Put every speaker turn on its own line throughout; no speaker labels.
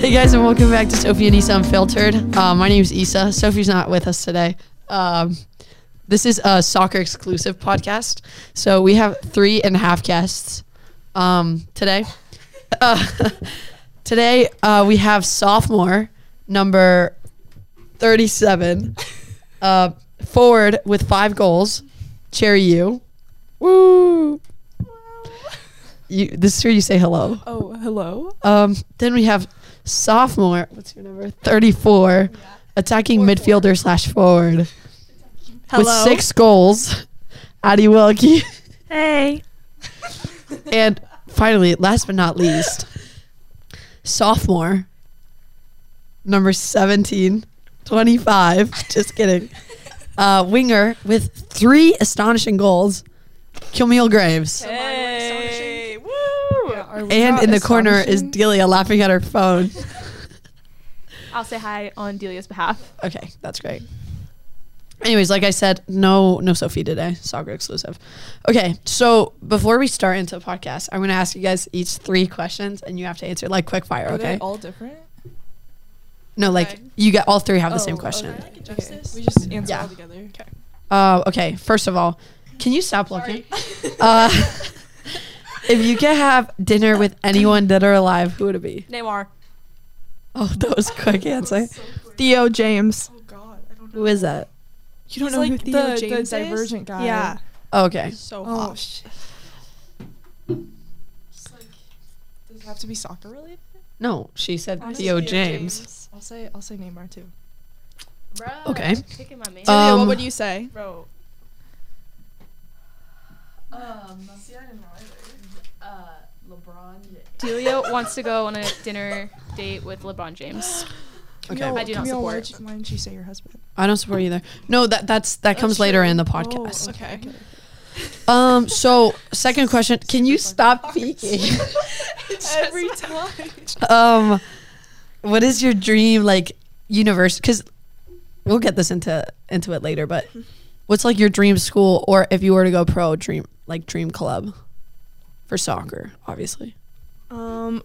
Hey guys, and welcome back to Sophie and Issa Unfiltered. Uh, my name is Issa. Sophie's not with us today. Um, this is a soccer exclusive podcast, so we have three and a half guests um, today. Uh, today uh, we have sophomore number thirty-seven, uh, forward with five goals. Cherry, you, woo! You, this is where you say hello.
Oh, hello.
Um, then we have sophomore. What's your number? Thirty-four, attacking midfielder slash forward with six goals. Addie Wilkie,
Hey.
and finally, last but not least, sophomore number 17, 25. Just kidding. Uh, winger with three astonishing goals, Camille Graves.
Hey. Woo.
And in the corner is Delia laughing at her phone.
I'll say hi on Delia's behalf.
Okay, that's great. Anyways, like I said, no no Sophie today, soccer exclusive. Okay, so before we start into the podcast, I'm gonna ask you guys each three questions, and you have to answer like quick fire. Okay,
all different?
no, like
okay.
you get all three have Oh, the same question.
Oh, Okay.
Okay.
We just answer
Yeah.
all together. Okay.
Uh, okay, first of all, can you stop looking? Uh, if you could have dinner with anyone dead or alive, who would it be?
Neymar.
Oh, that was a quick answer.
Theo James.
Oh God, I don't know.
Who is that?
You don't
He's
know
like
who Theo
the- the
James is?
Divergent guy.
Yeah.
Okay,
So
Oh,
hot.
shit.
Just like, does it have to be soccer related?
no, she said Theo James.
I'll say I'll say Neymar too.
Okay.
Picking my man.
Uh,
Talia,
Um,
what would you say?
Bro. Um, uh, LeBron James.
Delia wants to go on a dinner date with LeBron James.
Okay.
Camille,
I do not
Camille, why
support.
did you- Why didn't you say your husband?
I don't support either. No, that that's that comes
true.
later in the podcast.
Oh, okay.
Um. So, second question: Can you stop peeking?
Every time.
um, what is your dream like universe? Because we'll get this into into it later. But what's like your dream school, or if you were to go pro, dream like dream club for soccer, obviously.
Um,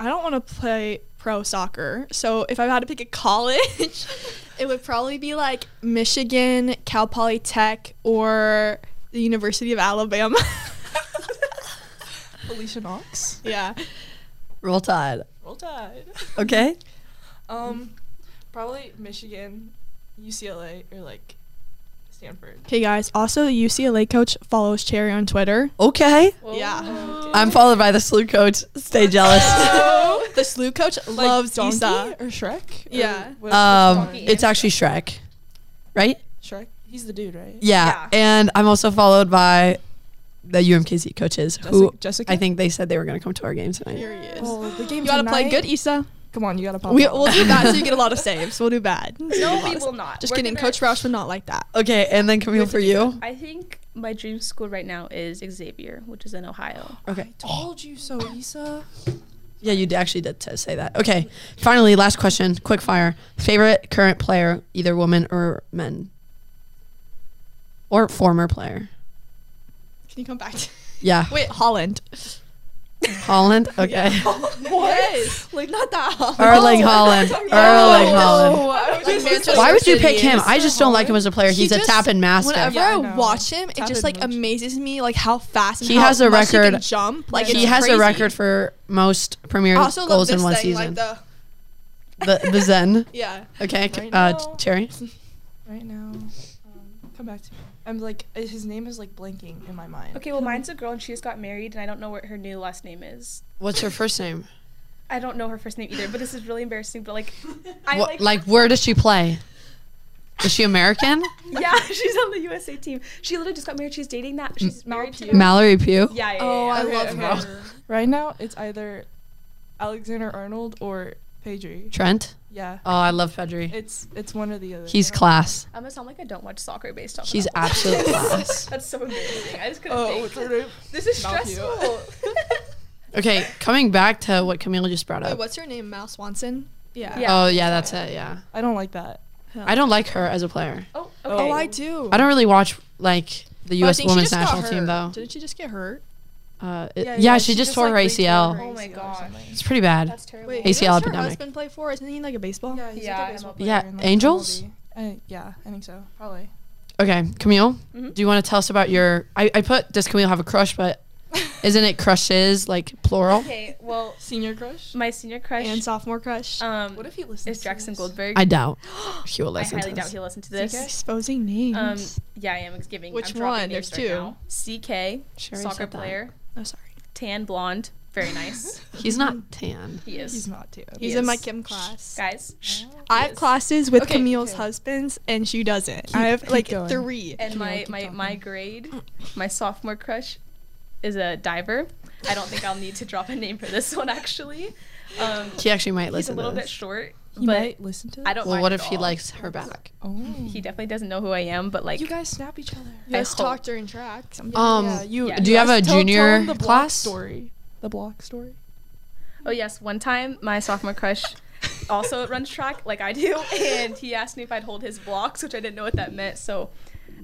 I don't want to play pro soccer. So if I had to pick a college, it would probably be like Michigan, Cal Poly Tech, or the University of Alabama.
Alicia Knox.
yeah.
Roll Tide.
Roll Tide.
Okay.
Um, probably Michigan, UCLA, or like Stanford.
Okay, guys. Also, the UCLA coach follows Cherry on Twitter.
Okay.
Yeah.
I'm followed by the slew coach. Stay jealous.
the SLU coach
Like
loves
Donkey
Issa.
or Shrek. Or
Yeah.
what-
Um,
what's
it's actually Shrek, right?
Shrek. He's the dude, right?
Yeah.
Yeah.
And I'm also followed by the UMKC coaches who
Jessica. Jessica?
I think they said they were going to come to our game tonight.
Period.
Oh, the game
You gotta play
tonight?
good, Issa.
Come on, you gotta pop.
We,
up.
we'll do bad so you get a lot of saves. We'll do bad.
No, we will not.
Just
We're
kidding.
gonna-
Coach Roush would not like that.
Okay. And then Camille for you.
I think my dream school right now is Xavier, which is in Ohio.
Okay.
told you so, Issa.
Yeah, you d- actually did t- say that. Okay. Finally, last question. Quick fire. Favorite current player, either woman or men? Or former player?
Can you come back? To-
Yeah.
Wait, Holland.
Holland? Okay.
What? Like not that Holland.
Erling Holland. Erling Holland. Why would you pick him? I just don't like him as a player.
He
He's a
just-
tap and master.
Whenever
Yeah, I
I
know.
watch him, it
Tap
just
and
like
munch.
amazes me, like how fast and
He
how
has a
much he
record-
can jump. Like
he
it's
has
crazy.
a record for most Premier
I also love
goals
this
in one
thing,
season.
Like the,
the, the Zen.
yeah,
Okay, c-
Right
uh,
now-
Cherry.
Right now, um, come back to me. I'm like, uh, his name is like blanking in my mind.
Okay, well, mine's a girl and she just got married, and I don't know what her new last name is.
What's her first name?
I don't know her first name either, but this is really embarrassing. But like, I
What,
like,
like, where does she play? Is she American?
yeah, she's on the USA team. She literally just got married. She's dating that.
Mm.
She's married to.
Mallory Pugh.
Yeah, yeah, yeah.
Oh,
yeah.
I love
okay. Right now, it's either Alexander Arnold or Pedri.
Trent.
Yeah,
Uh,
Oh, I love Pedri.
it's it's one or the other.
He's
I don't-
class.
I'm gonna sound like I don't watch soccer based off. of
He's
that.
absolute class.
That's so embarrassing. I just couldn't
Oh,
think.
sorry.
This is
Not you.
stressful. Oh,
Okay, coming back to what Camille just brought
Wait,
up.
what's her name? Mal Swanson. Yeah.
Yeah.
Oh yeah, that's it. Yeah,
I don't like that.
I don't like her as a player.
oh, okay.
Oh, I do.
I don't really watch like the
But Oh, I
U.S.
think she
women's
just got
national team
hurt.
though.
Didn't she just get hurt?
Uh, it-
Yeah,
yeah,
yeah,
she,
she
just,
just,
tore
like,
her
re-tore
ACL.
her
Oh my
ACL or
gosh.
something.
It's pretty bad.
That's terrible.
Wait,
ACL
ACL
epidemic.
Her husband play for? Isn't he like a baseball?
Yeah, he's
Yeah,
like
I'm
a baseball
up-
player.
Yeah,
in, like,
Angels?
MLB. I, Uh, yeah, I think so. Probably.
Okay, Camille,
Mhm.
do you want to tell us about your? I, I put does Camille have a crush, but isn't it crushes like plural?
Okay, well,
Senior crush?
my senior crush
and sophomore crush.
um,
What if he listens
is
to
Jackson
this?
Goldberg.
I doubt he will
I
listen
highly
to
doubt
this.
he'll listen to
He's
this.
exposing names.
Um, yeah, I am giving.
Which
I'm dropping
one?
names
There's two.
right now. CK,
She already
soccer
said that.
player,
oh, sorry.
tan blonde, very nice.
He's not tan.
he is.
He's not too.
He
He's in my
is.
Kim class.
Guys, shh.
I have classes with
Okay,
Camille's
okay.
husbands, and she doesn't.
Keep-
I have
keep
like
going.
three.
and my
keep
my,
talking.
my grade, my sophomore crush, is a diver. I don't think I'll need to drop a name for this one actually. Um,
He actually might
he's a
listen
little
to
bit
this.
short, um,
He
but
might listen to this.
I don't.
well,
mind
what
at
if he
all.
likes her back?
Oh.
He definitely doesn't know who I am, but like
you guys snap each other.
You guys
hope.
talked during track. Something.
Um,
yeah, you.
yeah.
do you have a
guys- tell- tell
junior
him the block
class?
story? The block story.
Oh yes, one time my sophomore crush also runs track like I do, and he asked me if I'd hold his blocks, which I didn't know what that meant. So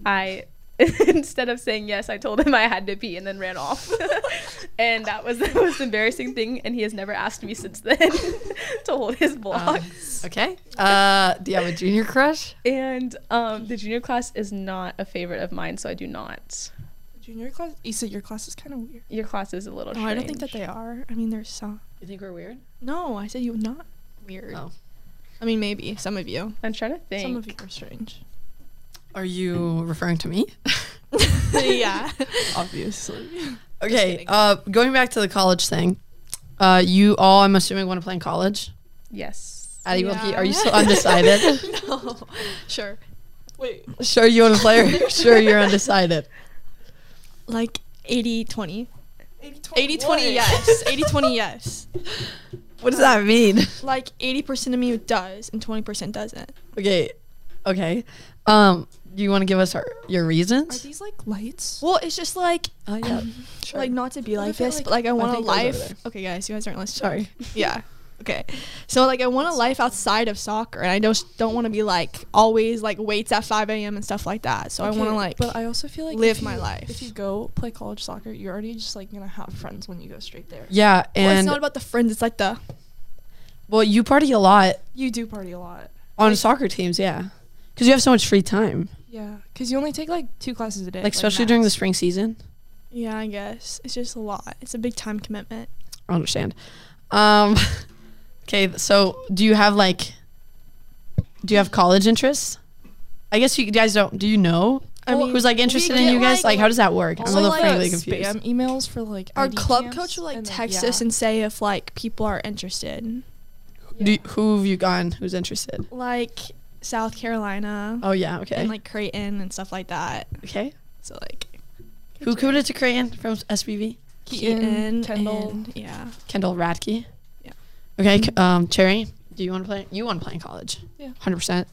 I instead of saying yes, I told him I had to pee and then ran off. and that was the most embarrassing thing, and he has never asked me since then to hold his
Uh,
Um,
blocks.
okay. Uh, do you have a junior crush?
And um, the junior class is not a favorite of mine, so I do not.
Junior class. Issa, your class is kind of weird.
Your class is a little.
Oh,
no, I don't think that
strange.
they are. I mean, there's some.
You think we're weird?
No, I said you not weird.
Oh.
I mean, maybe some of you.
I'm trying to think.
Some of you are strange.
Are you referring to me?
yeah.
Obviously.
okay. Uh, going back to the college thing. Uh, you all, I'm assuming, want to play in college.
yes.
Addie Wilkie, are you still
Yeah.
undecided?
no. Sure.
Wait.
sure, you want to play. Or sure, you're undecided.
Like 80 20.
80
80 20, yes. 80 20, yes.
What does that mean?
Like 80% of me does and 20% doesn't.
Okay, okay. Um, do you want to give us our, your
Are
reasons?
these like lights?
Well, it's just like, um,
Oh yeah, sure.
like not to be
What
like
if it,
this,
like-
but like I want a
think it was over
life.
there.
Okay, guys, you guys aren't listening.
Sorry.
Yeah. Okay. So like I want a life outside of soccer, and I just don't want to be like always like waits at 5 a.m. and stuff like that. So I want to
Okay,
like.
But I also feel like
live
if
my
you-
life.
If you go play college soccer, you're already just like gonna have friends when you go straight there.
Yeah,
well, it's
and
not
well,
about the friends. It's like the
you party a lot
You do party a lot.
on soccer teams, yeah, because you have so much free time,
Yeah, because you only take like two classes a day.
like especially during the
max.
spring season.
yeah. I guess it's just a lot. It's a big time commitment.
I understand. Um, okay, so do you have like, do you have college interests? I guess you guys don't. Do you know?
I mean,
who's like interested in
get,
you guys?
like,
Like, how does that work? I'm a
Also,
little
like,
frankly confused.
Spam emails for like
Our
ID
club
camps,
coach will like
and then-
text
yeah.
us and say if like people are interested.
Do you, who have you gone? Who's interested?
Like South Carolina
Oh yeah, okay,
and like Creighton and stuff like that.
okay.
So like
Who committed to Crayon from SBV?
Keaton,
Keaton
Kendall.
and- yeah.
Kendall Radke.
Yeah.
Okay, c- um, Cherry, do you want to play? You want to play in college?
Yeah.
Hundred percent.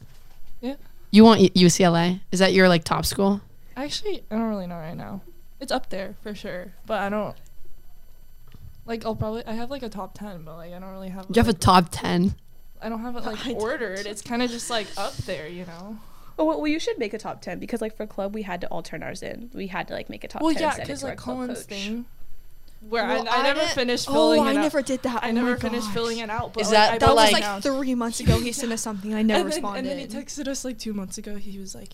Yeah.
You want U- UCLA? Is that your like top school?
Actually, I don't really know right now. It's up there for sure, but I don't. Like I'll probably I have like a top ten, but like I don't really have.
You have a
like,
top ten.
I don't have it like ordered. It's kind of just like up there, you know.
Oh well, well, you should make a top ten because like for club, we had to all turn ours in. We had to like make a top
well,
ten.
yeah,
send it
because
to our
like
club
Colin's
coach.
thing, where
Well,
I, I,
I
never
didn't-
finished filling
Oh,
it
I
out.
never did that.
I
Oh
never
my
finished
gosh.
filling it out. But
Is
like,
that
I
the,
That
wrote
was
it
like-
down.
like three months ago. He sent us something. I never
and then,
responded.
and then he texted us like two months ago. He was like,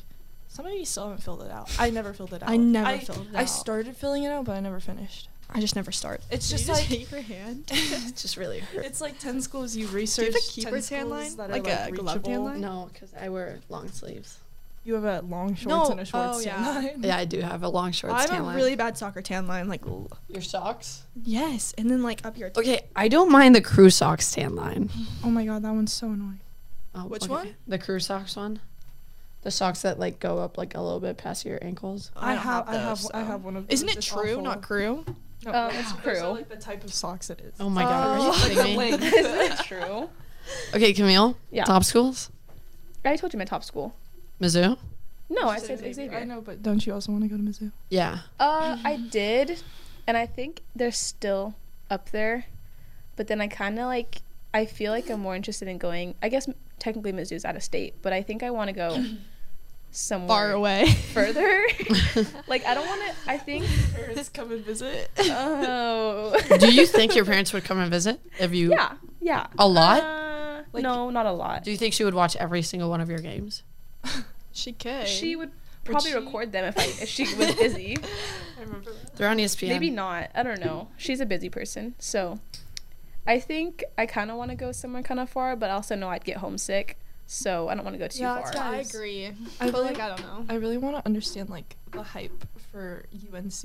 "Some of you still haven't filled it out." I never filled it out.
I never filled it
I
out.
started filling it out, but I never finished.
I just never start.
It's just like
your hand.
It's just really hurt.
it's like ten schools you research.
keeper's hand line?
that
Like
are,
a gloved
reachable.
hand line?
No, because I wear long sleeves.
You have a long shorts
No,
and a short
oh,
tan
yeah.
line.
Yeah, I do have a long shorts.
I'm
tan
a
line.
really bad soccer tan line. Like l-
your socks.
yes, and then like up your.
Okay, I don't mind the crew socks tan line.
Oh my god, that one's so annoying.
Oh,
Which
okay.
one?
The crew socks one. The socks that like go up like a little bit past your ankles.
I, don't have.
I have
those,
I
so.
have one of.
Isn't
those.
it
It's
true?
awful.
Not crew.
No,
Um,
those
it's
are,
true.
like the type of socks it is.
Oh my god, are you
Oh.
kidding me?
Like,
Isn't it true?
Okay, Camille.
Yeah.
Top schools.
I told you my top school.
Mizzou.
No, I
She
said Xavier.
I know, but don't you also want to go to Mizzou?
Yeah.
Uh, I did, and I think they're still up there, but then I kind of like I feel like I'm more interested in going. I guess technically Mizzou's out of state, but I think I want to go somewhere
far away.
further. like I don't want to. I think.
Parents come and visit.
Oh.
Do you think your parents would come and visit if you?
Yeah. Yeah.
A lot?
Uh,
Like-
no, not a lot.
Do you think she would watch every single one of your games?
she could.
She would probably
she-
record them if, I, if she was busy.
They're on ESPN.
Maybe not. I don't know. She's a busy person, so I think I kind of want to go somewhere kind of far, but I also know I'd get homesick, so I don't want to go too
yeah,
far.
that's I agree.
I
but
feel
like
like-
I don't know.
I really want to understand like the hype for UNC.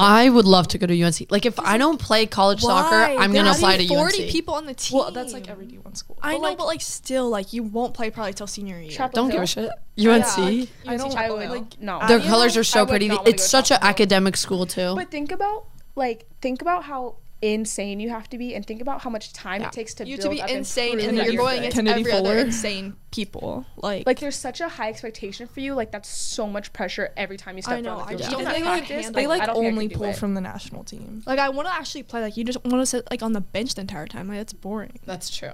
I would love to go to UNC. Like if I don't play college soccer, I'm
There
gonna
are
apply to
only
UNC.
people on the team.
Well, that's like every D1 school.
I
But,
know, but like still, like you won't play probably till senior year.
Chapel
Don't give
Hill?
a shit. UNC.
I don't.
I would
like,
not.
Their
want to.
colors are
I
so
would
pretty.
not wanna
It's
go to
such an
Chapel Hill.
academic school too.
But think about like think about how insane you have to be, and think about how much time
Yeah.
it takes to
you
build
to be
up
insane,
prove
and
that
then you're going
good.
against
Kennedy
every
Fuller.
other insane people. Like,
Like there's such a high expectation for you. Like that's so much pressure every time you step
know,
on
I
the field.
just
You don't
don't
have
think I can
practice.
handle
they
I
like
don't think I
only
could do
pull
it.
from the national team.
like I want to actually play. Like you just want to sit like on the bench the entire time. Like that's boring.
That's true.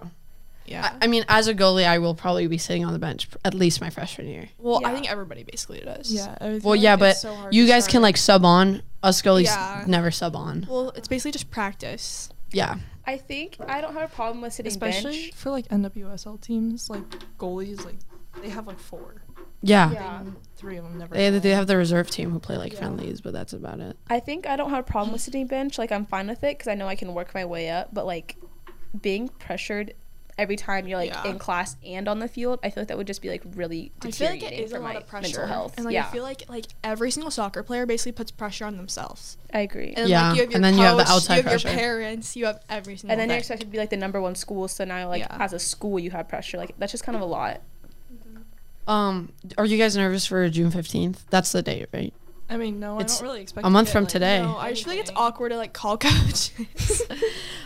Yeah.
I, I mean, as a goalie, I will probably be sitting on the bench p- at least my freshman year.
well, I
yeah.
think everybody basically does.
Yeah. I
Well,
feel like
yeah,
it's
but
so hard
you
to
guys can
start.
like sub on. Us goalies
Yeah.
never sub on.
Well, it's basically just practice.
Yeah.
I think I don't have a problem with sitting
especially
bench.
for like NWSL teams, like goalies, like they have like four.
Yeah.
Yeah.
Three of them never.
They, they
play.
have the reserve team who play like
Yeah.
friendlies, but that's about it.
I think I don't have a problem with sitting bench. Like I'm fine with it because I know I can work my way up. But like being pressured every time you're like
Yeah.
in class and on the field, I feel like that would just be like really
I feel like
deteriorating
it is
for
a
my
lot of pressure.
mental health.
And like
yeah,
I feel like like every single soccer player basically puts pressure on themselves.
I agree.
And
Yeah,
like you have your
and then you have the
coach,
outside
you have
pressure.
your parents, you have every single
and then you're
thing.
expected to be like the number one school so now like
Yeah.
as a school you have pressure like that's just kind of a lot
Um, are you guys nervous for June fifteenth? That's the date, right?
I mean, no, I
It's
don't really expect
a
to
month
get,
from
like-
today.
No, I just feel like it's
Anything.
awkward to like call coaches.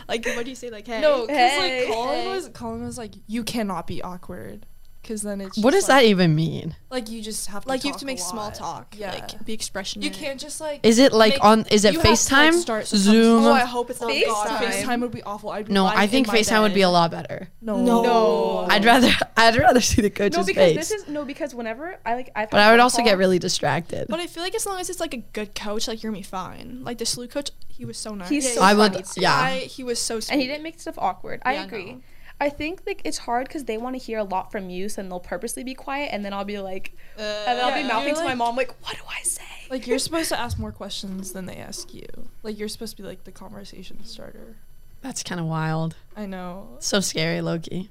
like, what do you say? Like, hey,
No, because
Hey.
like Colin
Hey.
was Colin was like, you cannot be awkward, because then it's.
What
just,
does
like,
that even mean?
e-
Like you just have to
like you have
talk
to
a
make small
lot.
talk.
Yeah.
like be expressionate.
you can't just like.
Is it like
make-
on? Is it
you have to, like,
FaceTime?
start some
Zoom?
Oh, I hope it's not
FaceTime.
God.
FaceTime would be awful. I'd be
no,
lying
I
in
think
my
FaceTime would
bed. Oh.
be a lot better.
No.
No.
No.
I'd rather I'd rather see the coach's
no because
face,
this is no because whenever i like i've
but
had
I would
phone
also get
calls-
really distracted.
But I feel like as long as it's like a good coach, like you're gonna be fine. Like the SLU coach, he was so nice.
He's so
I would,
funny too.
yeah.
I, he was so sweet.
and he didn't make stuff awkward i
Yeah,
agree
no.
i think like it's hard because they want to hear a lot from you so then they'll purposely be quiet and then i'll be like
Uh,
and then i'll be
Yeah,
mouthing
you're
to my
like-
mom like what do i say
Like you're supposed to ask more questions than they ask you. Like you're supposed to be like the conversation starter.
That's kind of wild.
I know.
So scary, Loki.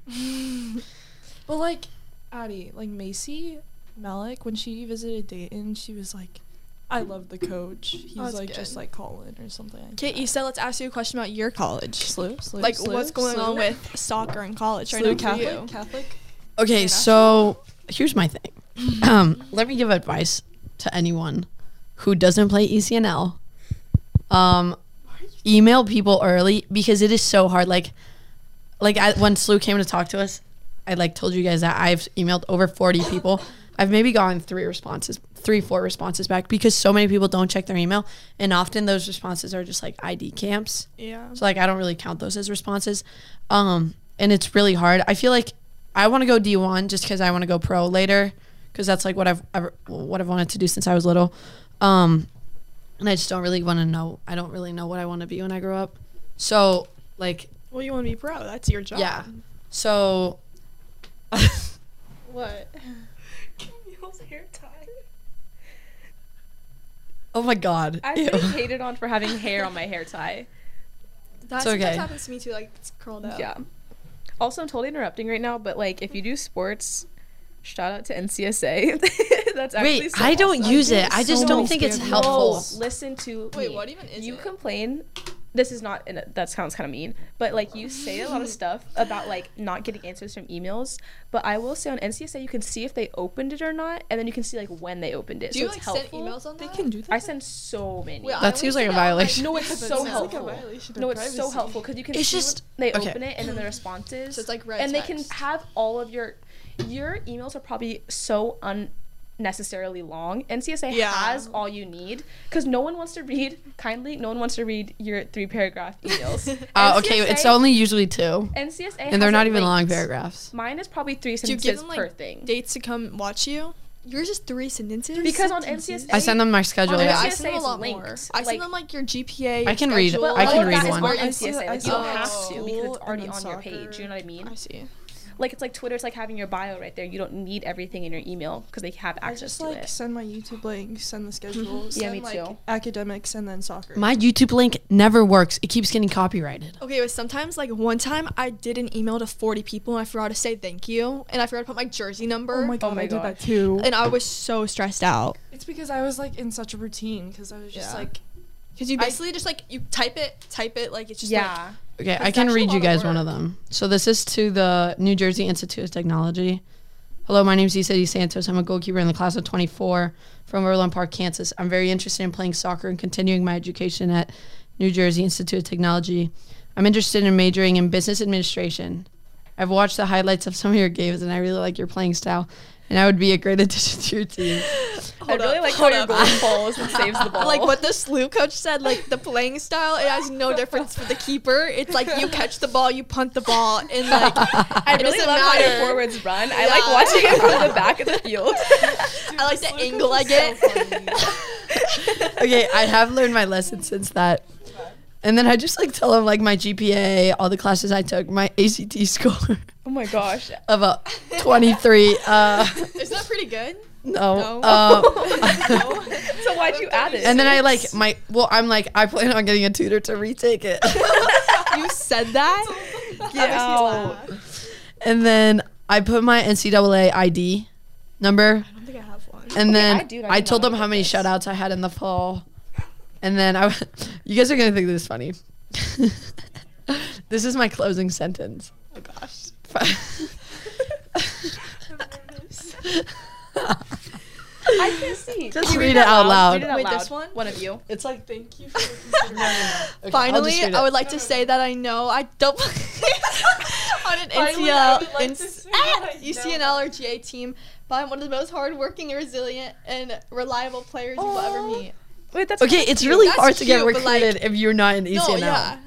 But like Addie, like Macy Malik, when she visited Dayton, she was like, I love the coach. He's
that's
like
good.
just like Colin or something.
Okay, Issa, let's ask you a question about your college.
Slew, slew,
Like,
slew,
what's going
slew.
on with soccer in college right
Slew
now for
Catholic?
you?
Catholic?
Okay, so here's my thing. um, let me give advice to anyone who doesn't play E ECNL. Um, email people early because it is so hard. Like, like I, when Slu came to talk to us, I like told you guys that I've emailed over 40 people. I've maybe gotten three responses, three, four responses back because so many people don't check their email, and often those responses are just like ID camps.
Yeah.
So like I don't really count those as responses. Um and it's really hard. I feel like I want to go D1 just cuz I want to go pro later cuz that's like what I've ever what I've wanted to do since I was little. Um and I just don't really want to know. I don't really know what I want to be when I grow up. So like
Well, you want to be pro. That's your job.
yeah. So
What?
Camille's hair tie
oh my god.
i've
Ew.
been hated on for having hair on my hair tie
That
It's
sometimes
okay.
happens to me too. Like it's curled up.
Yeah. Also, I'm totally interrupting right now, but like if you do sports, shout out to NCSA. That's actually
Wait,
so
I don't
awesome.
use
I do
it. I just
so
don't
many
think it's
scams.
helpful.
No, listen to
Wait,
me.
what even is
you
it?
complain. This is not. and That sounds kind of mean, but like you say a lot of stuff about like not getting answers from emails. But I will say on NCSA, you can see if they opened it or not, and then you can see like when they opened it.
Do
so
you
it's
like
helpful.
send emails on
They
that?
can do that.
I send so many.
Wait, I
That
only
seems
send
like a
it on my-
violation.
no, it's
but
so
it's like a
helpful.
violation of
no, it's so
privacy.
helpful because you can.
It's
see when
just-
they
okay.
open it and then the responses.
So Mm. it's like red
and they can
text.
have all of your your emails are probably so un necessarily long. NCSA
Yeah.
has all you need because no one wants to read kindly. No one wants to read your three paragraph emails.
Uh, okay,
NCSA
it's only usually two,
NCSA
and they're
has
not
it
even long
linked.
paragraphs.
Mine is probably three
Do you
sentences
give them, like,
per thing.
Dates to come watch you. Yours is three sentences.
Because on
Sentences?
NCSA
I send them my schedule.
On
Yeah,
yeah.
I
NCSA
send them
it's
a lot
linked.
more. I
Like-
send them like your GPA.
I
your
can read-
schedule,
I
all
can
of
read
that is
one.
on
I
NCSA.
see- oh, I
like,
see
you don't
that
have
on
to because
school
it's already
and
on
then
your page. You know what I mean?
I see.
Like it's like Twitter. It's like having your bio right there. You don't need everything in your email because they have
I
access
just
to
like
it.
send my YouTube link, send the schedules,
Yeah, me
send, like,
too.
academics, and then soccer.
My YouTube link never works. It keeps getting copyrighted.
Okay, but sometimes, like one time, I did an email to 40 people and I forgot to say thank you, and I forgot to put my jersey number,
oh my god,
my
I did that
gosh.
too.
and I was so stressed out
It's because I was like in such a routine because I was just
Yeah.
like
because you basically just like you type it, type it, like it's just like
yeah.
Okay,
But
I
it's
can
actually a
read you
lot of
guys one of them. So this is to the New Jersey Institute of Technology. Hello, my name is Issa Santos. I'm a goalkeeper in the class of 24 from Overland Park, Kansas. I'm very interested in playing soccer and continuing my education at New Jersey Institute of Technology. I'm interested in majoring in business administration. I've watched the highlights of some of your games and I really like your playing style. And I would be a great addition to your team.
I really like how your goal falls and saves the ball.
like what the slew coach said, like the playing style, it has no difference for the keeper. It's like you catch the ball, you punt the ball, and like
I
it
really
doesn't
love how your
matter.
forwards run. I
Yeah.
like watching it from the back of the field.
I like the angle I get.
okay, I have learned my lesson since that. And then I just like tell them like my GPA, all the classes I took, my ACT score
oh my gosh.
of a 23. Uh,
Isn't that pretty good?
no.
No.
Um,
So why'd you add it?
and then I like my well, I'm like I plan on getting a tutor to retake it.
You said that?
get out.
and then I put my NCAA ID number,
I don't think I have one.
and then
I
I,
do- I did
told
not
them how
look at
many
this.
shutouts I had in the fall. And then I, you guys are gonna think this is funny. this is my closing sentence.
Oh gosh.
I can see.
Just read it out
Read
loud.
it out
Wait,
loud.
this one?
One of you.
It's like
thank you for considering
okay, I'll
Finally,
just read
I
it.
would like to say that I know I double on an
Finally, I would
NCL,
like to
ins-
say that I
UCNL or GA team, but I'm one of the most hardworking, resilient, and reliable players you will ever meet.
Wait, that's
Okay, it's really
That's
hard to get
cute, but, like-
recruited if you're not in E ECNL.
No, yeah.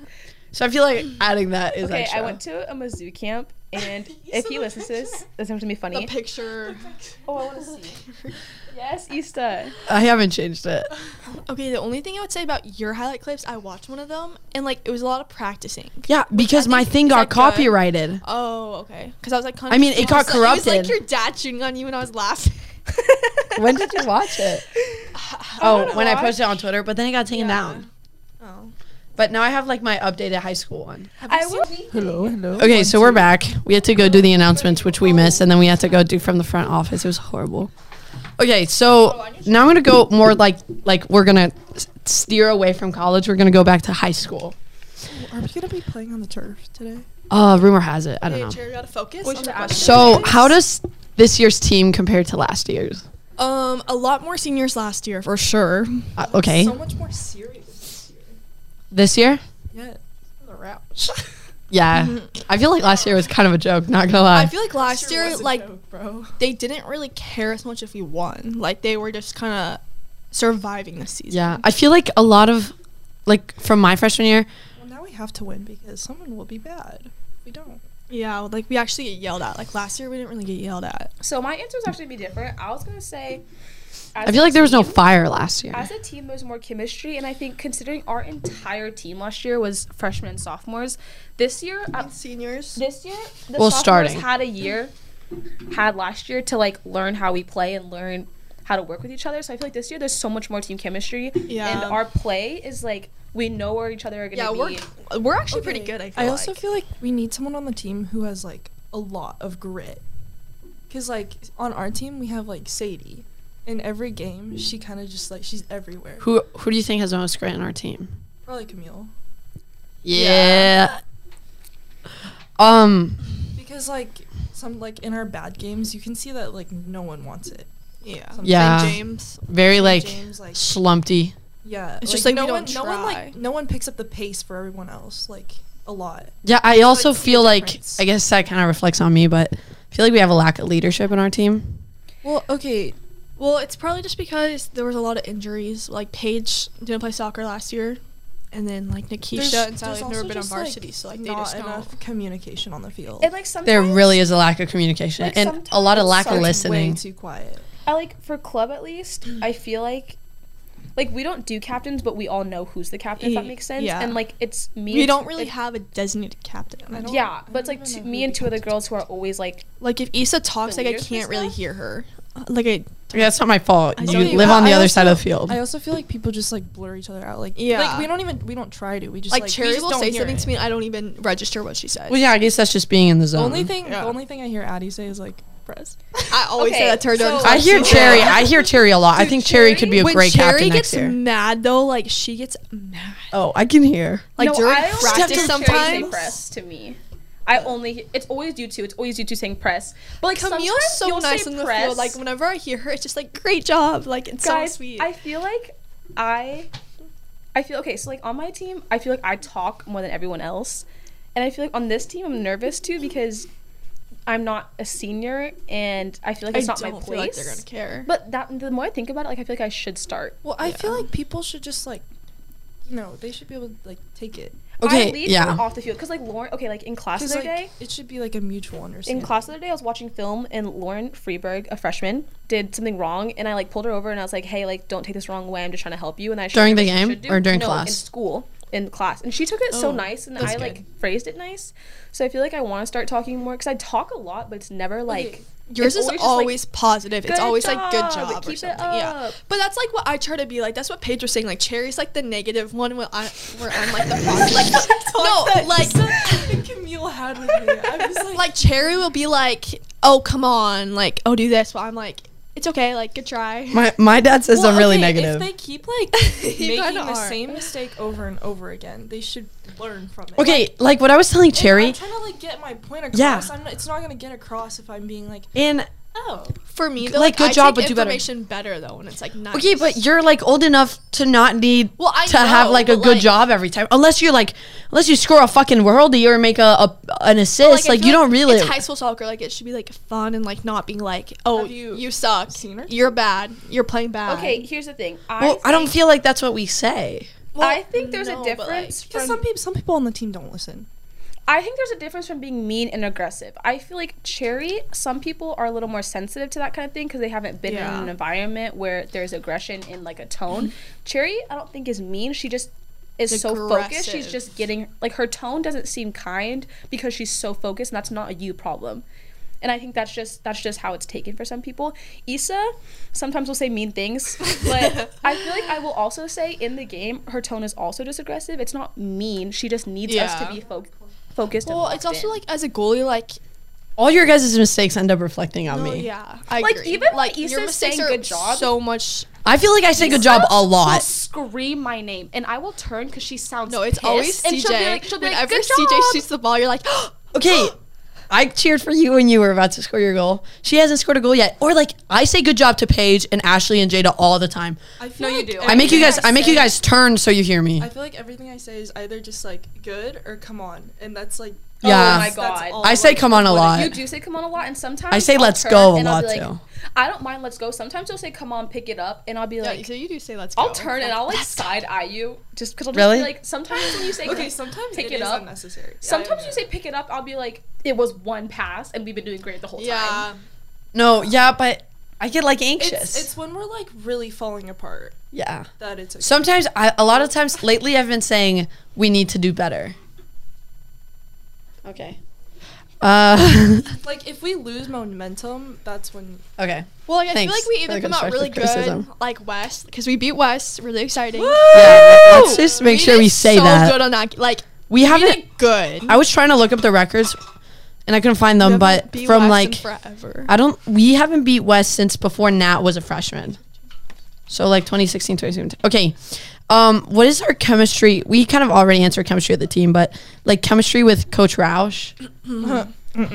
So I feel like adding that is
Okay,
extra.
I went to a Mizzou camp, and if he listens to this, this is gonna be
The
funny.
picture.
Oh, I want to see. Yes, Ista.
I haven't changed it.
Okay, the only thing I would say about your highlight clips, I watched one of them, and like it was a lot of practicing.
Yeah, because my thing got
that
uh,
good?
copyrighted.
Oh, okay. Because I was like,
I mean, it got
confused. It was like
corrupted.
your dad shooting on you, and I was laughing.
When did you watch it? Oh, when I
watch.
posted it on Twitter, but then it got taken down.
Oh.
But now I have like my updated high school one.
I will.
Hello, hello.
Okay, so we're back. We had to go do the announcements, which we missed, and then we had to go do from the front office. It was horrible. Okay, so now I'm gonna go more like like we're gonna s- steer away from college. We're gonna go back to high school.
Are we gonna be playing on the turf today?
Uh, rumor has it. I don't
Hey,
know.
Jerry, gotta focus.
Wait,
on
should
the
I ask
question.
So how does this year's team compare to last year's?
Um, a lot more seniors last year for sure.
Uh, okay,
So much more serious this year.
this year.
Yeah. The route.
Yeah, I feel like last year was kind of a joke. Not gonna lie.
I feel like last year,
was a
like
joke, bro.
they didn't really care as much if we won. Like they were just kind of surviving the season.
yeah, I feel like a lot of like from my freshman year.
Well, now we have to win because someone will be bad. If we don't.
yeah. Like we actually get yelled at. Like last year, we didn't really get yelled at.
So my answer is actually be different. I was gonna say.
I feel like there was no
fun.
fire last year.
As a team, there's more chemistry, and I think considering our entire team last year was freshmen and sophomores, this year, uh,
seniors.
this year, the
Well,
sophomores
starting.
had a year, had last year to like learn how we play and learn how to work with each other. So I feel like this year there's so much more team chemistry, and
Yeah.
our play is like we know where each other are gonna
Yeah,
be.
we're we're actually pretty good. I feel
I also
like.
feel like we need someone on the team who has like a lot of grit. Cause like on our team we have like Sadie. In every game, she kind of just like she's everywhere.
who who do you think has the most grit in our team?
Probably Camille.
Yeah. Um.
Because like some like in our bad games, you can see that like no one wants it.
yeah.
Sometimes
Yeah.
James.
Very like
James, like-
slumpy.
Yeah,
It's just, like,
no
we
one,
don't
no one like
try.
no one picks up the pace for everyone else. Like a lot.
Yeah, I also
it's the
feel like
difference.
I guess that kind of reflects on me, but I feel like we have a lack of leadership in our team.
Well, okay.
Well, it's probably just because there was a lot of injuries. Like Paige didn't play soccer last year, and then like Nikisha
There's-
and
there's
Sally have never
also
been on
just, like,
varsity, so like they
not
just
enough
don't.
communication on the field.
And like sometimes
There really is a lack of communication
Like,
and a lot of lack of
It's
sometimes
Way
listening.
too quiet.
I like for club at least. I feel like like we don't do captains, but we all know who's the captain. If that
Ye-
makes sense.
yeah.
And like it's me.
We
and-
don't really
like,
have a designated captain.
I don't-
yeah,
I
but
don't
it's like
even
two,
know
me
who
and
the
two other
captain
girls who are always like
Like if Isa talks,
The
like I
leaders and
can't really
stuff?
hear her.
Uh,
Like I
Yeah, that's not my fault.
I
You
don't-
live
I-
on the
I
other
also-
side of the field.
I also feel like people just like blur each other out. Like
Yeah.
like we don't even we don't try to. We just
like,
like, we
Cherry
just
will
don't
say
hear
something
it.
to me, and I don't even register what she says.
well, yeah, I guess that's just being in the
The
zone.
only thing
Yeah.
the only thing I hear Addie say is like press.
I always say
Okay,
that to her. during
so-
I
class,
hear
too.
Cherry. I hear Cherry a lot. I
Dude,
think Cherry could be a
when
great
Cherry
captain
gets
next year.
mad though, like she gets mad.
oh, I can hear.
Like
No,
during
I only hear
practice
Cherry say
sometimes.
press to me. I only it's always you two. It's always you two saying press. But like
Camille's
sometimes
so
you'll
nice
say
on the
press.
field. Like whenever I hear her, it's just like great job. Like it's
guys,
so sweet.
I feel like I, I feel okay. So like on my team, I feel like I talk more than everyone else, and I feel like on this team, I'm nervous too because I'm not a senior, and I feel like it's
I
not my
don't feel like
place.
they're gonna care.
but that the more I think about it, like I feel like I should start.
Well, I feel
Uh-huh.
like people should just like you know, they should be able to like take it.
Okay,
I lead
yeah.
from off the field because like Lauren. Okay, like in class the
Cuz
other
like
day.
it should be like a mutual
In
understanding.
class the other day, I was watching film, and Lauren Freeberg, a freshman, did something wrong, and I like pulled her over, and I was like, "Hey, like, don't take this wrong way. I'm just trying to help you." And I showed
During
her
the
what she
game
should do.
or during
No,
class?
in school, in class, and she took it so
Oh,
nice, and
that's
I like phrased it nice. So I feel like I want to start talking more because I talk a lot, but it's never like
Yours
it's
is
always
always,
just, like,
positive. It's
"Good
always like good
job,
job or
keep it
something. Yeah.
up.
But that's like what I try to be like. That's what Paige was saying. Like Cherry's like the negative one. Where I where I'm like the positive. Like, no, like
Something Camille had with me. I was like,
like Cherry will be like, oh come on, like oh do this. But I'm like it's okay. Like good try.
My my dad says
Well,
I'm really
okay,
negative.
If they keep like
You
making
kinda
the
are.
same mistake over and over again, they should learn from it. Like,
okay, like what I was telling
and
Cherry,
I'm trying to like get my point across.
Yeah.
I'm not, it's not gonna get across if I'm being like,
and
oh,
For me,
G-
though,
like,
like,
good
I
job,
take
but do better.
information better. though, when it's like nice.
okay, but you're like old enough to not need
Well, I
to have
know,
like a
but,
good
like-
job every time, unless you're like unless you score a fucking worldie or make a, a an assist.
I
Like,
feel
you don't really.
It's high school soccer. Like it should be like fun and like not being like, oh,
Have
you,
you
suck.
seen her?
You're bad. You're playing bad.
okay. Here's the thing. I
well, I don't
think-
feel like that's what we say.
I think there's
no,
a
but,
difference.
But
from-
some people, some people on the team don't listen.
I think there's a difference from being mean and aggressive. I feel like Cherry, some people are a little more sensitive to that kind of thing because they haven't been
Yeah.
in an environment where there's aggression in like a tone. Cherry, I don't think is mean. She just is so focused. She's
Aggressive.
just getting like her tone doesn't seem kind because she's so focused and that's not a you problem. And I think that's just that's just how it's taken for some people. Issa sometimes will say mean things, but I feel like I will also say in the game her tone is also just aggressive. It's not mean. She just needs us to
Yeah.
be fo- focused. and
Well, it's
locked
also
in.
like as a goalie, like oh,
All your guys' mistakes end up reflecting on me.
yeah, I
Like,
agree.
even when Issa's
mistakes
saying
are
good job-
so much.
I feel like I say good
Issa
job a
Will
lot.
scream my name, and I will turn because she sounds.
No, it's always
pissed, and
CJ.
she'll be like, she'll be like,
Whenever
"Good
CJ
job."
shoots the ball, you're like,
Okay. I cheered for you when you were about to score your goal. She hasn't scored a goal yet. Or like I say good job to Paige and Ashley and Jada all the time.
I feel
you do.
I make you guys
everything
I make you
say-
guys turn so you hear me.
I feel like everything I say is either just like good or come on, and that's like
Yeah.
Oh my
that's- that's
God.
all,
I say
like,
come on a
what-
lot.
You do say "come on" a lot, and sometimes
I say
I'll
"let's
turn
go" a
and I'll be
lot,
like,
too.
I don't mind "let's go." Sometimes you'll say "come on, pick it up," and I'll be
yeah,
like,
so you do say let's go.
I'll turn and I'll like side eye you just because I'll just
Really?
be like, sometimes when you say
Okay, sometimes
pick
it
it
is
up.
unnecessary. Yeah, I
Sometimes
agree.
you say pick it up, I'll be like, it was one pass, and we've been doing great the whole time.
Yeah,
no, yeah, but I get like anxious.
it's, it's when we're like really falling apart
yeah.
that it's okay.
Sometimes I a lot of times lately I've been saying we need to do better. Okay. Uh
like if we lose momentum, that's when
okay.
well, like, I
Thanks
feel like we
for
either
the
come out really good,
constructive criticism.
like West, because we beat West, really exciting.
Yeah, let's just make sure
did
we say
so
that.
good on that, like
We
we
haven't
did good.
I was trying to look up the records and I couldn't find them, Um, but
Be
from
West
like
in forever.
I don't. We haven't beat West since before Nat was a freshman. So like 2016, 2017. Okay. Um, what is our chemistry? We kind of already answered chemistry of the team, but like chemistry with Coach Roush.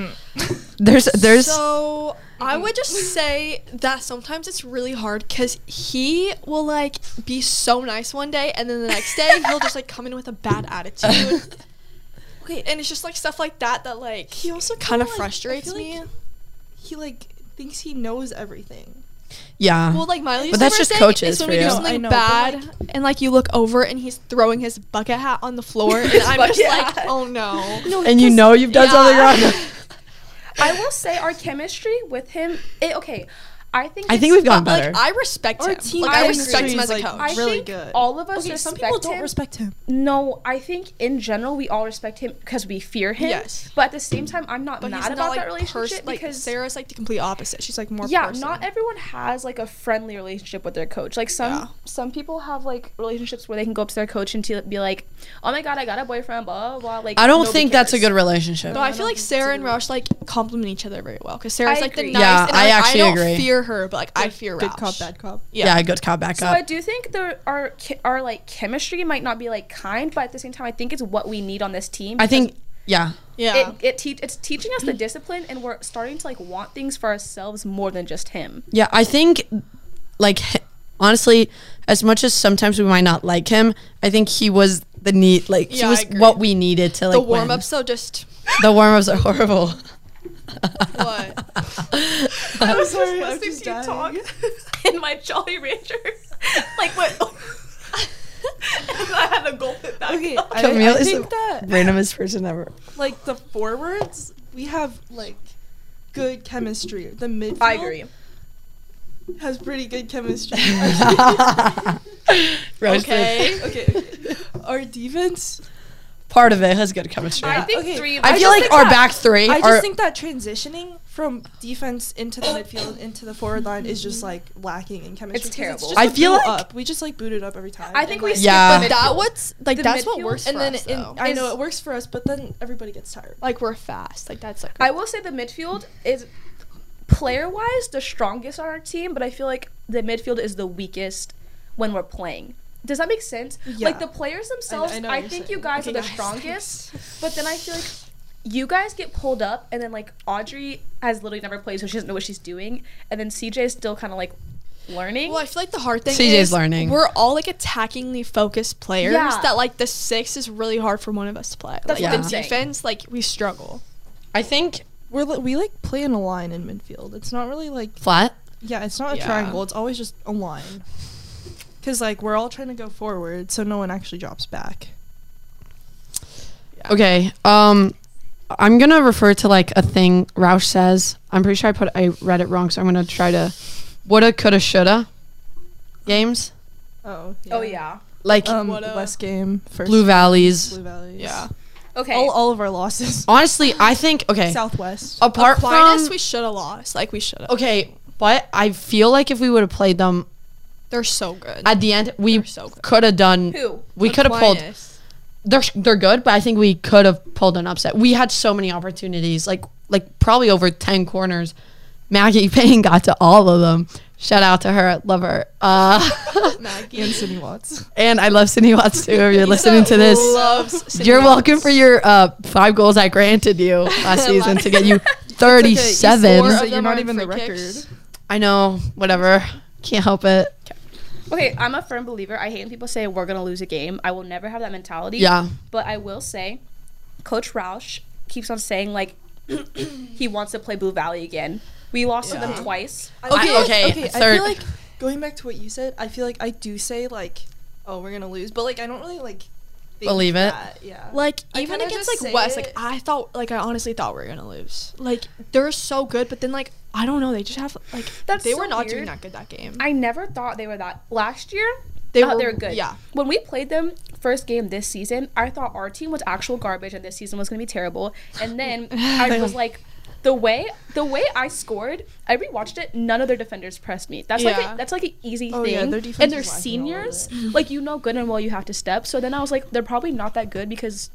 there's there's
so I would just say that sometimes it's really hard because he will like be so nice one day and then the next day he'll just like come in with a bad attitude. okay, and it's just like stuff like that that like
He also
kind
kinda,
of
like, I
frustrates
feel
me.
like- he like thinks he knows everything.
Yeah.
Well, like Miley,
But that's just coaches
It's when
for
we
you.
do
No,
I
something
know, but,
bad, and like you look over and he's throwing his bucket hat on the floor, and I'm just
bucket
like,
hat.
oh no.
and you know you've done
Yeah.
something wrong.
I will say our chemistry with him. It, okay, I think
I
it's-
think we've gotten
But, like
better.
I respect
Our
him.
team
like I
chemistry
respect him
is,
as a
like,
coach.
I
really
think
good.
all of us
Okay,
respect
some people don't
him.
respect him.
No, I think in general we all respect him because we fear him.
Yes.
But at the same time, I'm not
but
mad
he's
about
not like
that relationship
pers- like
because
Sarah's like the complete opposite. She's like more.
yeah,
person.
not everyone has like a friendly relationship with their coach. Like some
Yeah.
some people have like relationships where they can go up to their coach and te- be like, "Oh my god, I got a boyfriend," blah blah. blah. Like
I don't
nobody
think that's a
cares.
good relationship.
No, I, feel like Sarah and Roush like complement each other very well because Sarah's
I
like
agree.
the nice.
Yeah,
and
I
like,
actually
I don't
agree.
fear her, but like I fear
Good
Roush.
cop, bad cop.
yeah. good cop, bad
So I
cop.
do think there are che- our like chemistry might not be like kind, but at the same time, I think it's what we need on this team.
I
because
think, yeah.
Yeah,
it, it te- it's teaching us the discipline, and we're starting to like want things for ourselves more than just him.
Yeah, I think, like, h- honestly, as much as sometimes we might not like him, I think he was the need, like, he
Yeah, I
was
agree.
what we needed to, like,
the
win.
warm ups though just
The warm ups are horrible.
what?
I
sorry,
was just
I'm
listening
just
to you talk
dying.
in my Jolly Rancher. like what? and I had to gulp it back.
Okay,
up.
I,
Camille
I
is
think
a-
that
Randomest person ever.
like the forwards, we have like good chemistry. The midfield
I agree.
has pretty good chemistry.
Roasted.
Okay.
okay, okay. Our defense.
Part of it has good chemistry.
I
I,
think
okay.
three. Of
I
us-
feel
just
like
think
our
that-
back three
I
are
just think that transitioning from defense into the midfield into the forward line is just like lacking in chemistry. 'cause
terrible.
just
I
a
feel
boot
like-
up. we just like booted up every time.
I think we
and,
skipped
like,
Yeah.
the
But
midfield.
that what's like
The
that's what
midfield
works
and
for
then
us
in-
though.
I know
is-
it works for us, but then everybody gets tired.
like we're fast. Like that's like
I will say the midfield is player wise the strongest on our team, but I feel like the midfield is the weakest when we're playing. Does that make sense? Like
Yeah.
the players themselves, I,
know what you're
think you
saying.
guys
Okay,
are the
guys,
strongest, but then I feel like you guys get pulled up, and then like Audrey has literally never played, so she doesn't know what she's doing, and then CJ is still kind of like learning.
Well, I feel like the hard thing
CJ's
is
learning.
we're all like attackingly focused players
Yeah.
that like the six is really hard for one of us to play.
That's
like
what I'm
the
saying.
defense, like we struggle.
I think
We're li- we like play in a line in midfield. It's not really like
flat.
yeah, it's not a
Yeah.
triangle. It's always just a line. Cause like we're all trying to go forward, so no one actually drops back.
Okay. Um I'm gonna refer to like a thing Roush says. I'm pretty sure I put I read it wrong, so I'm gonna try to woulda coulda shoulda games.
Oh.
oh yeah.
Like
Um,
What a-
West game first.
Blue Valleys.
Blue Valleys.
Yeah.
Okay.
All, all of our losses.
Honestly, I think okay.
Southwest.
apart
Aquinas,
from
we should have lost. Like we should have.
okay, but I feel like if we would have played them
They're so good.
at the end, we
They're so good.
could have done.
Who?
We could have pulled.
Aquinas.
They're they're good, but I think we could have pulled an upset. We had so many opportunities, like like probably over ten corners. Maggie Payne got to all of them. Shout out to her, love her. Uh,
and
Maggie
Sydney Watts.
and I love Cindy Watts too. If you're listening to this,
loves. Sydney
you're
Watts.
welcome for your uh, five goals I granted you last season to get you 37.
Four
So
of
you're
them
not
are
even the
free
record.
kicks.
I know, whatever. Can't help it.
Okay, I'm a firm believer. I hate when people say we're gonna lose a game. I will never have that mentality.
Yeah.
But I will say, Coach Roush keeps on saying like he wants to play Blue Valley again. We lost to them twice.
Okay,
I,
okay,
okay. I
third.
feel like going back to what you said. I feel like I do say like, "Oh, we're gonna lose," but like I don't really like think
Believe it.
that, Yeah.
Like
I
even
kinda
against
just
like
say
West, like
it.
I thought, like I honestly thought we were gonna lose. Like they're so good, but then like I don't know, they just have like
That's
they
so
were not doing
weird.
that good that game.
I never thought they were that last year.
They
I thought
were
they were good.
Yeah,
When we played them first game this season, I thought our team was actual garbage and this season was gonna be terrible. And then I was like, the way the way I scored, I rewatched it. None of their defenders pressed me. That's like
Yeah.
a, that's like an easy
Oh,
thing.
yeah, their
and
defense
they're
is lacking all over
seniors. Like you know good and well you have to step. So then I was like, they're probably not that good because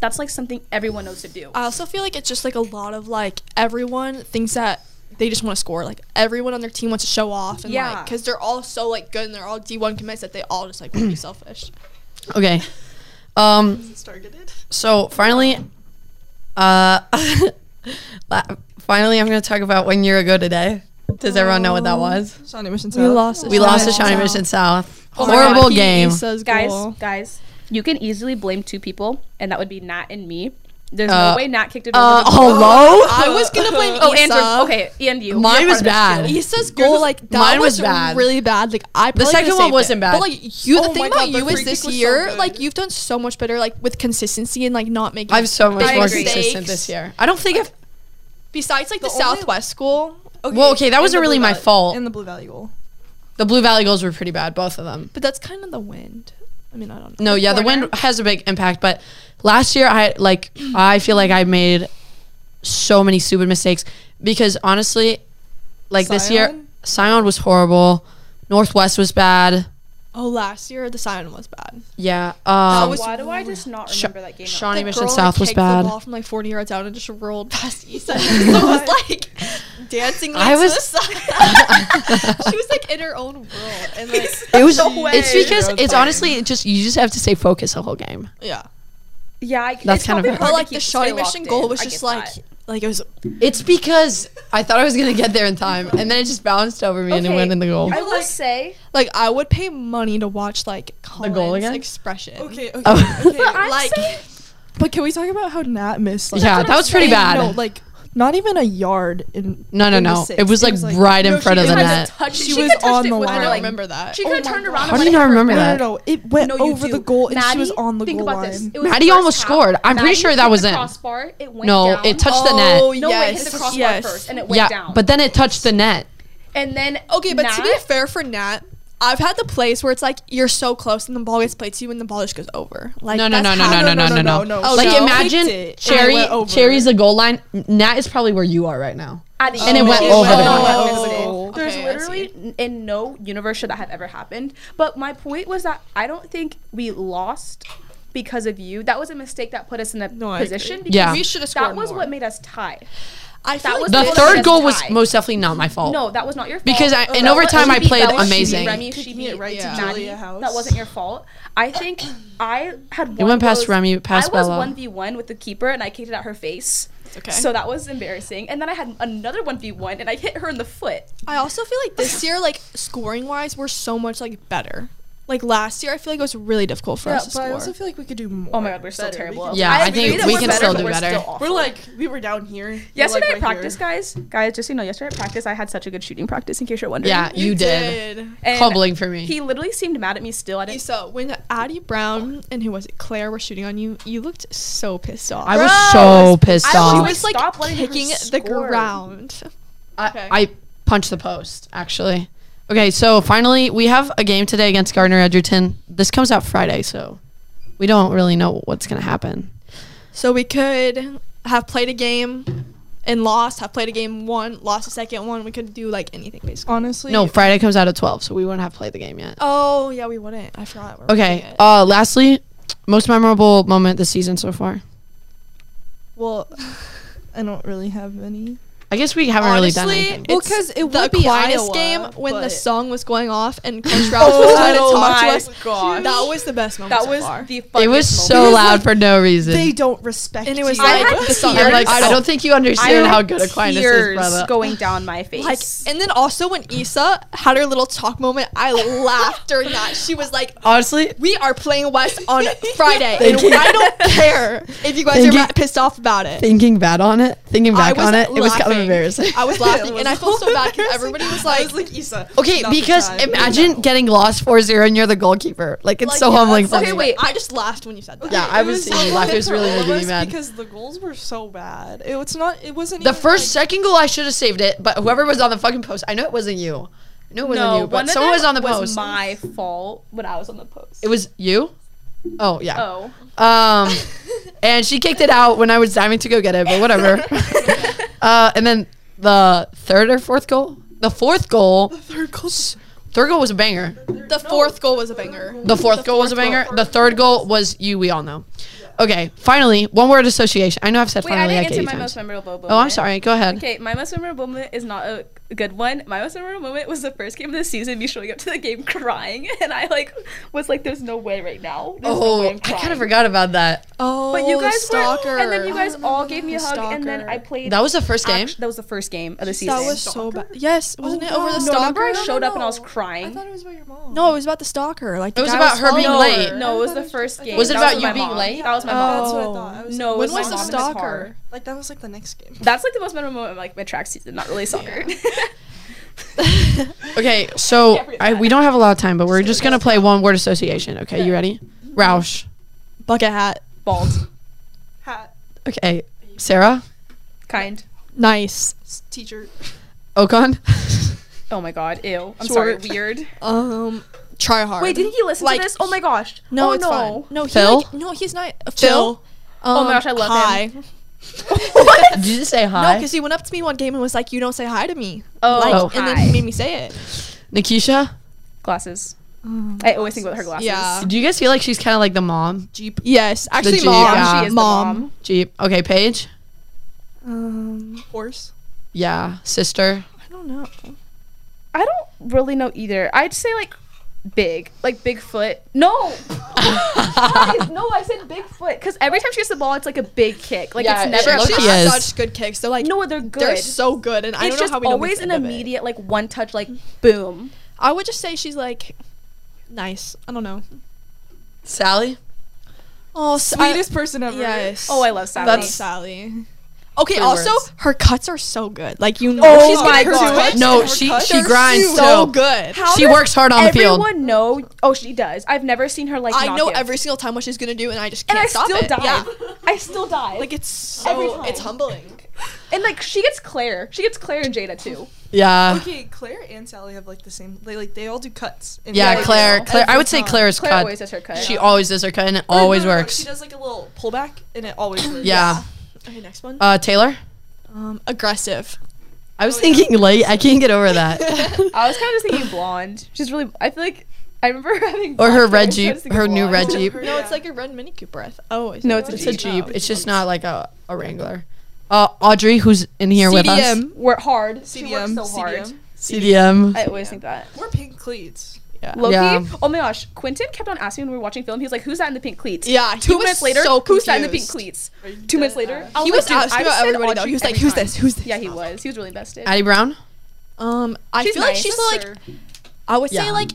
that's like something everyone knows to do.
I also feel like it's just like a lot of like everyone thinks that they just want to score. Like everyone on their team wants to show off, and yeah,
Yeah.
because they're all so like good and they're all D one commits that they all just like want to be selfish.
Okay. Um,
It's targeted.
so finally, uh, la- finally, I'm going to talk about one year ago today. Does everyone know what
Oh.
that was?
Shawnee Mission
We
South.
lost.
We lost to
Wow.
Shawnee Mission South.
Oh my God,
Horrible
he
game.
Issa's
guys,
goal.
guys, you can easily blame two people, and that would be Nat and me. There's
Uh,
no way Nat kicked it over.
Uh,
the goal.
hello?
I was gonna blame
Oh,
Issa.
Andrew. Okay, and you.
Mine
You're
was
part of this
bad.
too.
Isa's goal,
was-
like that
mine was
was,
bad.
really bad. Like I probably
second
could've
one
saved
wasn't
it.
bad.
But like you, the
Oh
thing
my
about
God, the
you is
free
this
kick was so
year,
good.
like you've done so much better, like with consistency and like not making.
I'm so much
I
more
agree.
consistent this year. I don't think I've.
Besides, like the,
The only-
Southwest school,
Well, okay, that
and
wasn't
the
really
Blue
my
Valley-
fault.
And the Blue Valley goal.
The Blue Valley goals were pretty bad, both of them.
but that's kind of the wind. I mean, I don't know.
No, yeah, the wind has a big impact, but last year I like I feel like I made so many stupid mistakes because honestly, like this year
Scion?
Scion was horrible. Northwest was bad.
Oh, last year the sign was bad.
Yeah. Um
was-
Why do I just not
Sha-
remember that game? at all?
Shawnee
The
Mission
girl, like,
South was
kicked the
bad.
ball from like 40 yards out and just rolled past Issa. so I was like dancing. Like,
I was-
To the side. she was like in her own world, and like
It was.
No
It's
way.
because
Road
it's
fighting.
honestly it just you just have to stay focused the whole game.
yeah.
Yeah, I,
That's
it's
kind of
probably
it.
hard
But
to
like
keep-
the
stay
Shawnee Mission
locked
goal
in.
was
I
just
get
like
that.
like it was
It's because I thought I was gonna get there in time, and then it just bounced over me and it
Okay,
went in the goal.
I will say
like I would pay money to watch like Colin's
goal again?
expression.
Okay, okay,
Oh.
okay.
I'm
like
saying-
but can we talk about how Nat missed? Like,
yeah,
what
that
I'm
was pretty
saying,
bad.
No, like not even a yard in.
No, no,
in the
no.
six.
It was like right in
No, she
front of the
could've
net.
touched-
She
could've
was
touched
on
it
the
with
I
her
don't
line.
leg.
remember that.
She could have
my
turned
God.
around.
How
and
do
let
you not
it hit her
remember
foot.
that?
No, no, no. It went
No, you
over
do.
the goal, and
Maddie,
she was on the
think
goal
about
line.
This. It was
Maddie
first
almost
half.
scored. I'm pretty
Maddie
sure that
hit
was
the
in.
Crossbar. It went
No,
down.
it touched the
Oh,
net.
No,
yes.
it hit the crossbar
yes.
first, and it went
Yeah,
down.
but then it touched the net.
and then
Okay, but to be
Nat-
fair for Nat, I've had the plays where it's like you're so close and the ball gets played to you and the ball just goes over. Like
No, no,
that's
no, no,
how-
no, no, no, no, no,
no.
Like
She kicked
it,
imagine
and it
Cherry,
went over.
Cherry's the goal line. Nat is probably where you are right now.
at the
And it
end,
went
she
over the
on
goal.
and missed it.
Oh.
There's
Okay, I
literally n- in no universe should that have ever happened. But my point was that I don't think we lost because of you. That was a mistake that put us in a
No, I agree.
position.
Yeah.
We should have scored
That was
more.
what made us tie.
I
that
feel
was
The
Well,
third
it's
goal was
tie.
most definitely not my fault.
No, that was not your fault.
Because I- in
Bella-
overtime,
she
I
beat
played
Bella, she beat
amazing.
Remy, she
Kicking
beat
it right to
yeah.
Julia House.
That wasn't your fault. I think I had. One
went
of
past
those-
Remy, past
I was
Bella.
one v one with the keeper, and I kicked it at her face.
okay.
So that was embarrassing. And then I had another one v one, and I hit her in the foot.
I also feel like this year, like scoring wise, we're so much like better. Like last year, I feel like it was really difficult for
Yeah,
us to
but I also
score.
feel like we could do more.
Oh my god, we're still
better. We
terrible.
could-
Yeah, I think
agree that
we
we're
can
better,
still
but
do
we're
better.
still awful.
We're like we were down here. We're,
Yesterday
like,
at
right
practice,
here.
guys. Guys, just so you know, yesterday at practice, I had such a good shooting practice. In case you're wondering.
Yeah, you, did.
And
Humbling for me.
He literally seemed mad at me. Still, I didn't.
Issa, when Addie Brown and who was it, Claire, were shooting on you, you looked so pissed off.
I was
Bro,
so
I
pissed
was-
off.
she
she
Stop.
was like
Stop letting her
kicking the
score.
ground.
I, I punched the post actually. Okay, so finally we have a game today against Gardner Edgerton. This comes out Friday, so we don't really know what's gonna happen.
So we could have played a game and lost, have played a game one, lost a second one. We could do like anything basically.
Honestly,
No, Friday comes out at twelve, so we wouldn't have played the game yet.
Oh yeah, we wouldn't. I forgot. we're doing
Okay.
it.
Uh, lastly, most memorable moment this season so far.
Well, I don't really have any.
I guess we haven't really done
Honestly,
anything.
Well,
Well, It's 'cause
because it
the
would be
Aquinas game when the song was going off and Coach Rouse was
Oh
trying to talk to
my
us.
gosh.
That was the best moment.
That
so
was
far.
the. Funniest
It was
moment.
so
Because,
loud
like,
for no reason.
They don't respect.
And it was
you.
I
like
had
the song.
tears.
I'm like, I don't think you understand
I
how
had
good Aquinas is,
tears
brother.
going down my face.
Like, and then also when Issa had her little talk moment, I laughed during that. She was like,
Honestly,
"We are playing West on Friday,
Thank
and
you.
I don't care if you guys
Thank
are
you.
ma- pissed off about it."
thinking bad on it, thinking
I
back
was
on it, it was kind of
laughing.
embarrassing.
I was laughing, and I felt so bad because
embarrassing.
everybody was
I was
like,
like Issa.
Okay,
not the
because
time.
imagine getting lost 4-0 and you're the goalkeeper. Like it's
like,
so
yeah,
humbling
that's
for
so
me.
Okay,
funny.
wait.
I just laughed when you said that.
Yeah, I was seeing you
so
laugh. It
bad
was
for
really
all of
making me
us
mad.
because the goals were so bad. It was not. It wasn't
The
even,
first,
like,
second goal, I should have saved it, but whoever was on the fucking post, I know it wasn't you. I know it wasn't you,
one
but
of
someone
them
was on the
was
post.
My fault when I was on the post.
It was you. Oh yeah.
oh,
Um, and she kicked it out when I was diving to go get it, but whatever. uh, and then the third or fourth goal, the fourth goal,
third goal.
third goal was a banger.
The fourth goal was a banger.
The fourth goal was a banger. The third goal was you. We all know. Okay, finally, one word association. I know I've said
wait. I
finally
didn't
like
answer
eighty
my most
times.
memorable moment.
Oh, I'm sorry. Go ahead.
Okay, my most memorable moment is not a good one. My most memorable moment was the first game of the season, me showing up to the game crying, and I like was like, "There's no way right now." There's no way
Oh,
I'm
I kind
crying."
of forgot about that.
Oh,
But you guys
stalker.
were, and then you guys all gave me a
The
hug, and then
stalker.
I played.
That was the first game.
act- that was the first game of the season.
that was so bad. Yes,
Oh,
wasn't it over the
no, remember
stalker?
I showed up and I was
I
crying.
thought it was about your mom.
No, it was about the stalker. Like
It was
the guy
about her being
following
late.
No, it was
I thought
the
it was
first
just-
game.
Was it
That
about you
my
being
mom.
late?
That was my mom.
That's what I
Oh.
thought. I was
No, it
like,
was
When
my
was the
mom in
stalker?
car.
like that was like the next game.
That's like the most memorable moment of like my track season, not really soccer.
Okay, so
Can't forget
I, we
that.
don't have a lot of time, but we're
Sorry,
just gonna
guys.
play one word association. Okay, you ready? Roush.
Bucket hat.
Bald,
Hat,
Okay, Sarah.
kind.
Nice.
s- teacher,
Ocon.
Oh my god, ew. I'm
Short.
sorry, weird.
Um, try hard.
Wait, didn't he listen
Like-
to this? Oh my gosh.
No,
oh,
it's
no.
fine. No, he
Phil?
like- no, he's not. Uh,
Phil?
Phil.
Oh my gosh, I love him.
him.
Did you just say
No,
hi?
because he went up to me one game and was like, "You don't say hi to me."
Oh,
like,
Oh.
and then
hi.
he made me say it.
Nikisha.
Glasses. I always think about her glasses.
Yeah.
Do you guys feel like she's kind of like the mom? Jeep.
Yes, actually,
G,
mom.
yeah.
She is the
mom.
Jeep. Okay, Paige.
Um,
horse.
Yeah, sister.
I don't know.
I don't really know either. I'd say like big, like Bigfoot. No, guys, no, I said Bigfoot because every time she gets the ball, it's like a big kick. Like
Yeah, it
it's never.
looks-
a
She
pass.
She has
is.
such good kicks. They're like,
no, they're good.
they're so good, and I
it's
don't know
just
how we don't
always
get
an
the end of it.
immediate like one touch, like boom.
I would just say she's like nice. I don't know.
Sally.
Oh,
Sweetest person ever.
Yes.
Oh, I love Sally.
That's Sally. Okay.
Three
also,
words.
her cuts are so good. Like you know,
Oh
she's
my
gonna do
gosh.
it.
No,
Her
she
cuts
she
are
grinds
so
so.
good.
How
She
does
works hard on the field.
Everyone know. Oh, she does. I've never seen her like.
I
not
know
give.
every single time what she's gonna do, and I just
And
can't
I
stop
still
it.
dive.
Yeah.
I still dive.
Like it's
Every
so
time.
it's humbling.
and like she gets Claire. She gets Claire and Jada too.
Yeah.
Okay, Claire and Sally have like the same. They like they all do cuts. in
Yeah,
Yeah,
their-
Claire.
yeah.
Claire. I
Every
would say
time.
Claire's
Claire
cut.
always does her cut.
She always does her Oh, cut, and it
Or no,
always
no, no,
works.
She does like a little pullback, and it always works.
Yeah.
Okay, next one.
Uh, Taylor.
Um, aggressive.
I was thinking late. I can't get over that.
I was kind of just thinking blonde. She's really. I feel like I remember having.
Or her
blonde
red
hair, so I
Jeep.
was thinking
Her new
blonde.
red Jeep.
No, it's like a red Mini Cooper. I th- oh, is
No,
it
it's a
It's a
Jeep.
Jeep. It's just not like a, a Wrangler. Uh, Audrey, who's in here with us.
CDM.
Work hard. She
CDM.
works so hard.
CDM.
I always think that.
We're pink cleats.
Yeah.
Loki.
Yeah.
Oh my gosh. Quentin kept on asking when we were watching film. He was like, "Who's that in the pink cleats?"
Yeah, he
Two
was
minutes later,
so
who's that in the pink
confused.
cleats? Two minutes
uh,
later, I
He
like,
was
dude,
asking
I
about
said
everybody though.
Audrey
He was like,
every
"Who's
time."
this? Who's this?"
Yeah, he was. He was really invested.
Addie Brown.
Um, I
She's
feel like
nice,
she's
that's
like
her.
I would
Yeah.
say like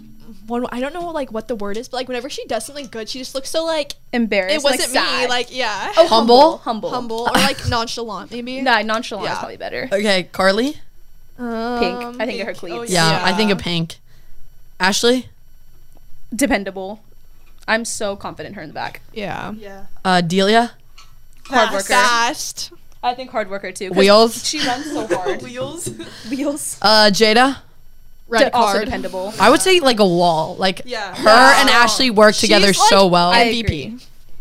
one. I don't know like what the word is, but like whenever she does something good, she just looks so like
embarrassed.
it wasn't
like,
me.
sad.
Like yeah,
oh,
Humble?
humble,
humble or like nonchalant maybe.
Nah, nonchalant is
Yeah.
probably better.
Okay, Carly.
Pink.
Um,
I think of her
pink.
cleats.
Oh,
Yeah, I think a
Yeah.
pink. Ashley.
Dependable. I'm so confident in her in the back.
yeah.
Yeah.
Uh, Delia.
Hard worker.
Fast.
I think hard worker too. 'cause
Wheels.
She runs so hard.
Wheels.
Wheels.
Uh, Jada.
Red
De- Also
card.
dependable.
I would say like a wall. Like
Yeah.
her
Um,
and Ashley work together
She's, like,
so well.
I
MVP.
agree.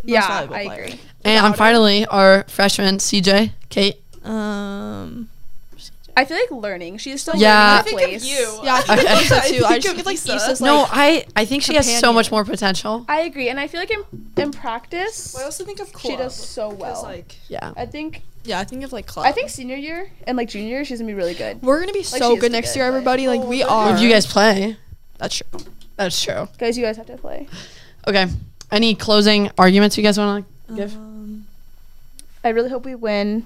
Yeah,
valuable
I
player.
agree.
and finally, our freshman CJ, Kate.
Um.
I feel like learning. She's still
Yeah.
yeah.
I
learning
think
her
of
place.
you.
Yeah, I think
Okay.
Lisa
I
too. I
think
just
of
think like
Lisa.
Issa's
no,
like
I I think she has so
companion.
much more potential.
I agree, and I feel like in in practice,
I also think of club.
she does so
Because,
well.
like
Yeah.
I think
yeah. I think of like club.
I think senior year and like junior year, she's gonna be really good.
we're gonna be
she
so
is
good
the
next
good,
year,
like-
everybody. Like we
Oh,
are.
If you guys play,
That's true.
that's true.
Guys, you guys have to play.
Okay. Any closing arguments you guys want to give
Uh,
Um,
I really hope we win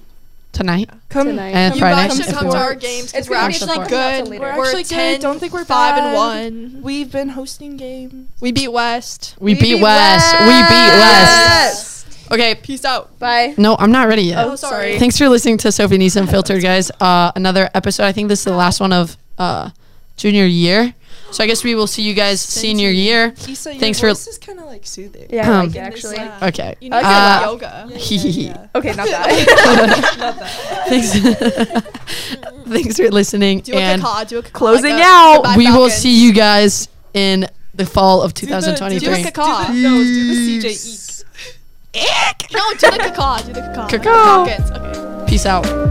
tonight?
come.
tonight.
And
you
Friday.
guys
if
should come
we
to
want.
our games
It's
because we're
gonna be a
actually
fun
episode
good.
later.
We're
We're
actually
actually good.
10,
Don't think we're
five
bad.
and one.
We've been hosting games.
We beat West.
We, beat, West. We beat West. Okay.
Peace out.
Bye.
No, I'm not ready yet.
Oh, sorry.
Thanks for listening to Sophie Needs Unfiltered, guys. Uh, another episode. I think this is the last one of uh, junior year. So I guess we will see you guys senior year.
Lisa, your
Thanks for-
voice is kind of like soothing.
Yeah, I
Um,
like it actually.
Yeah.
Okay.
You need
Okay.
to
Uh,
do yoga.
yeah,
Okay, not that.
yeah. Not that.
Thanks. Thanks for listening.
Do a
and
ka, do a ka,
Closing
like a
out.
goodbye
we will
Falcons.
see you guys in the fall of
Do the, do
2023.
the,
Caw.
do the, no, do the CJ eek.
E. No, do the caca. Do the caca.
Caw.
Falcons. Okay.
Peace out.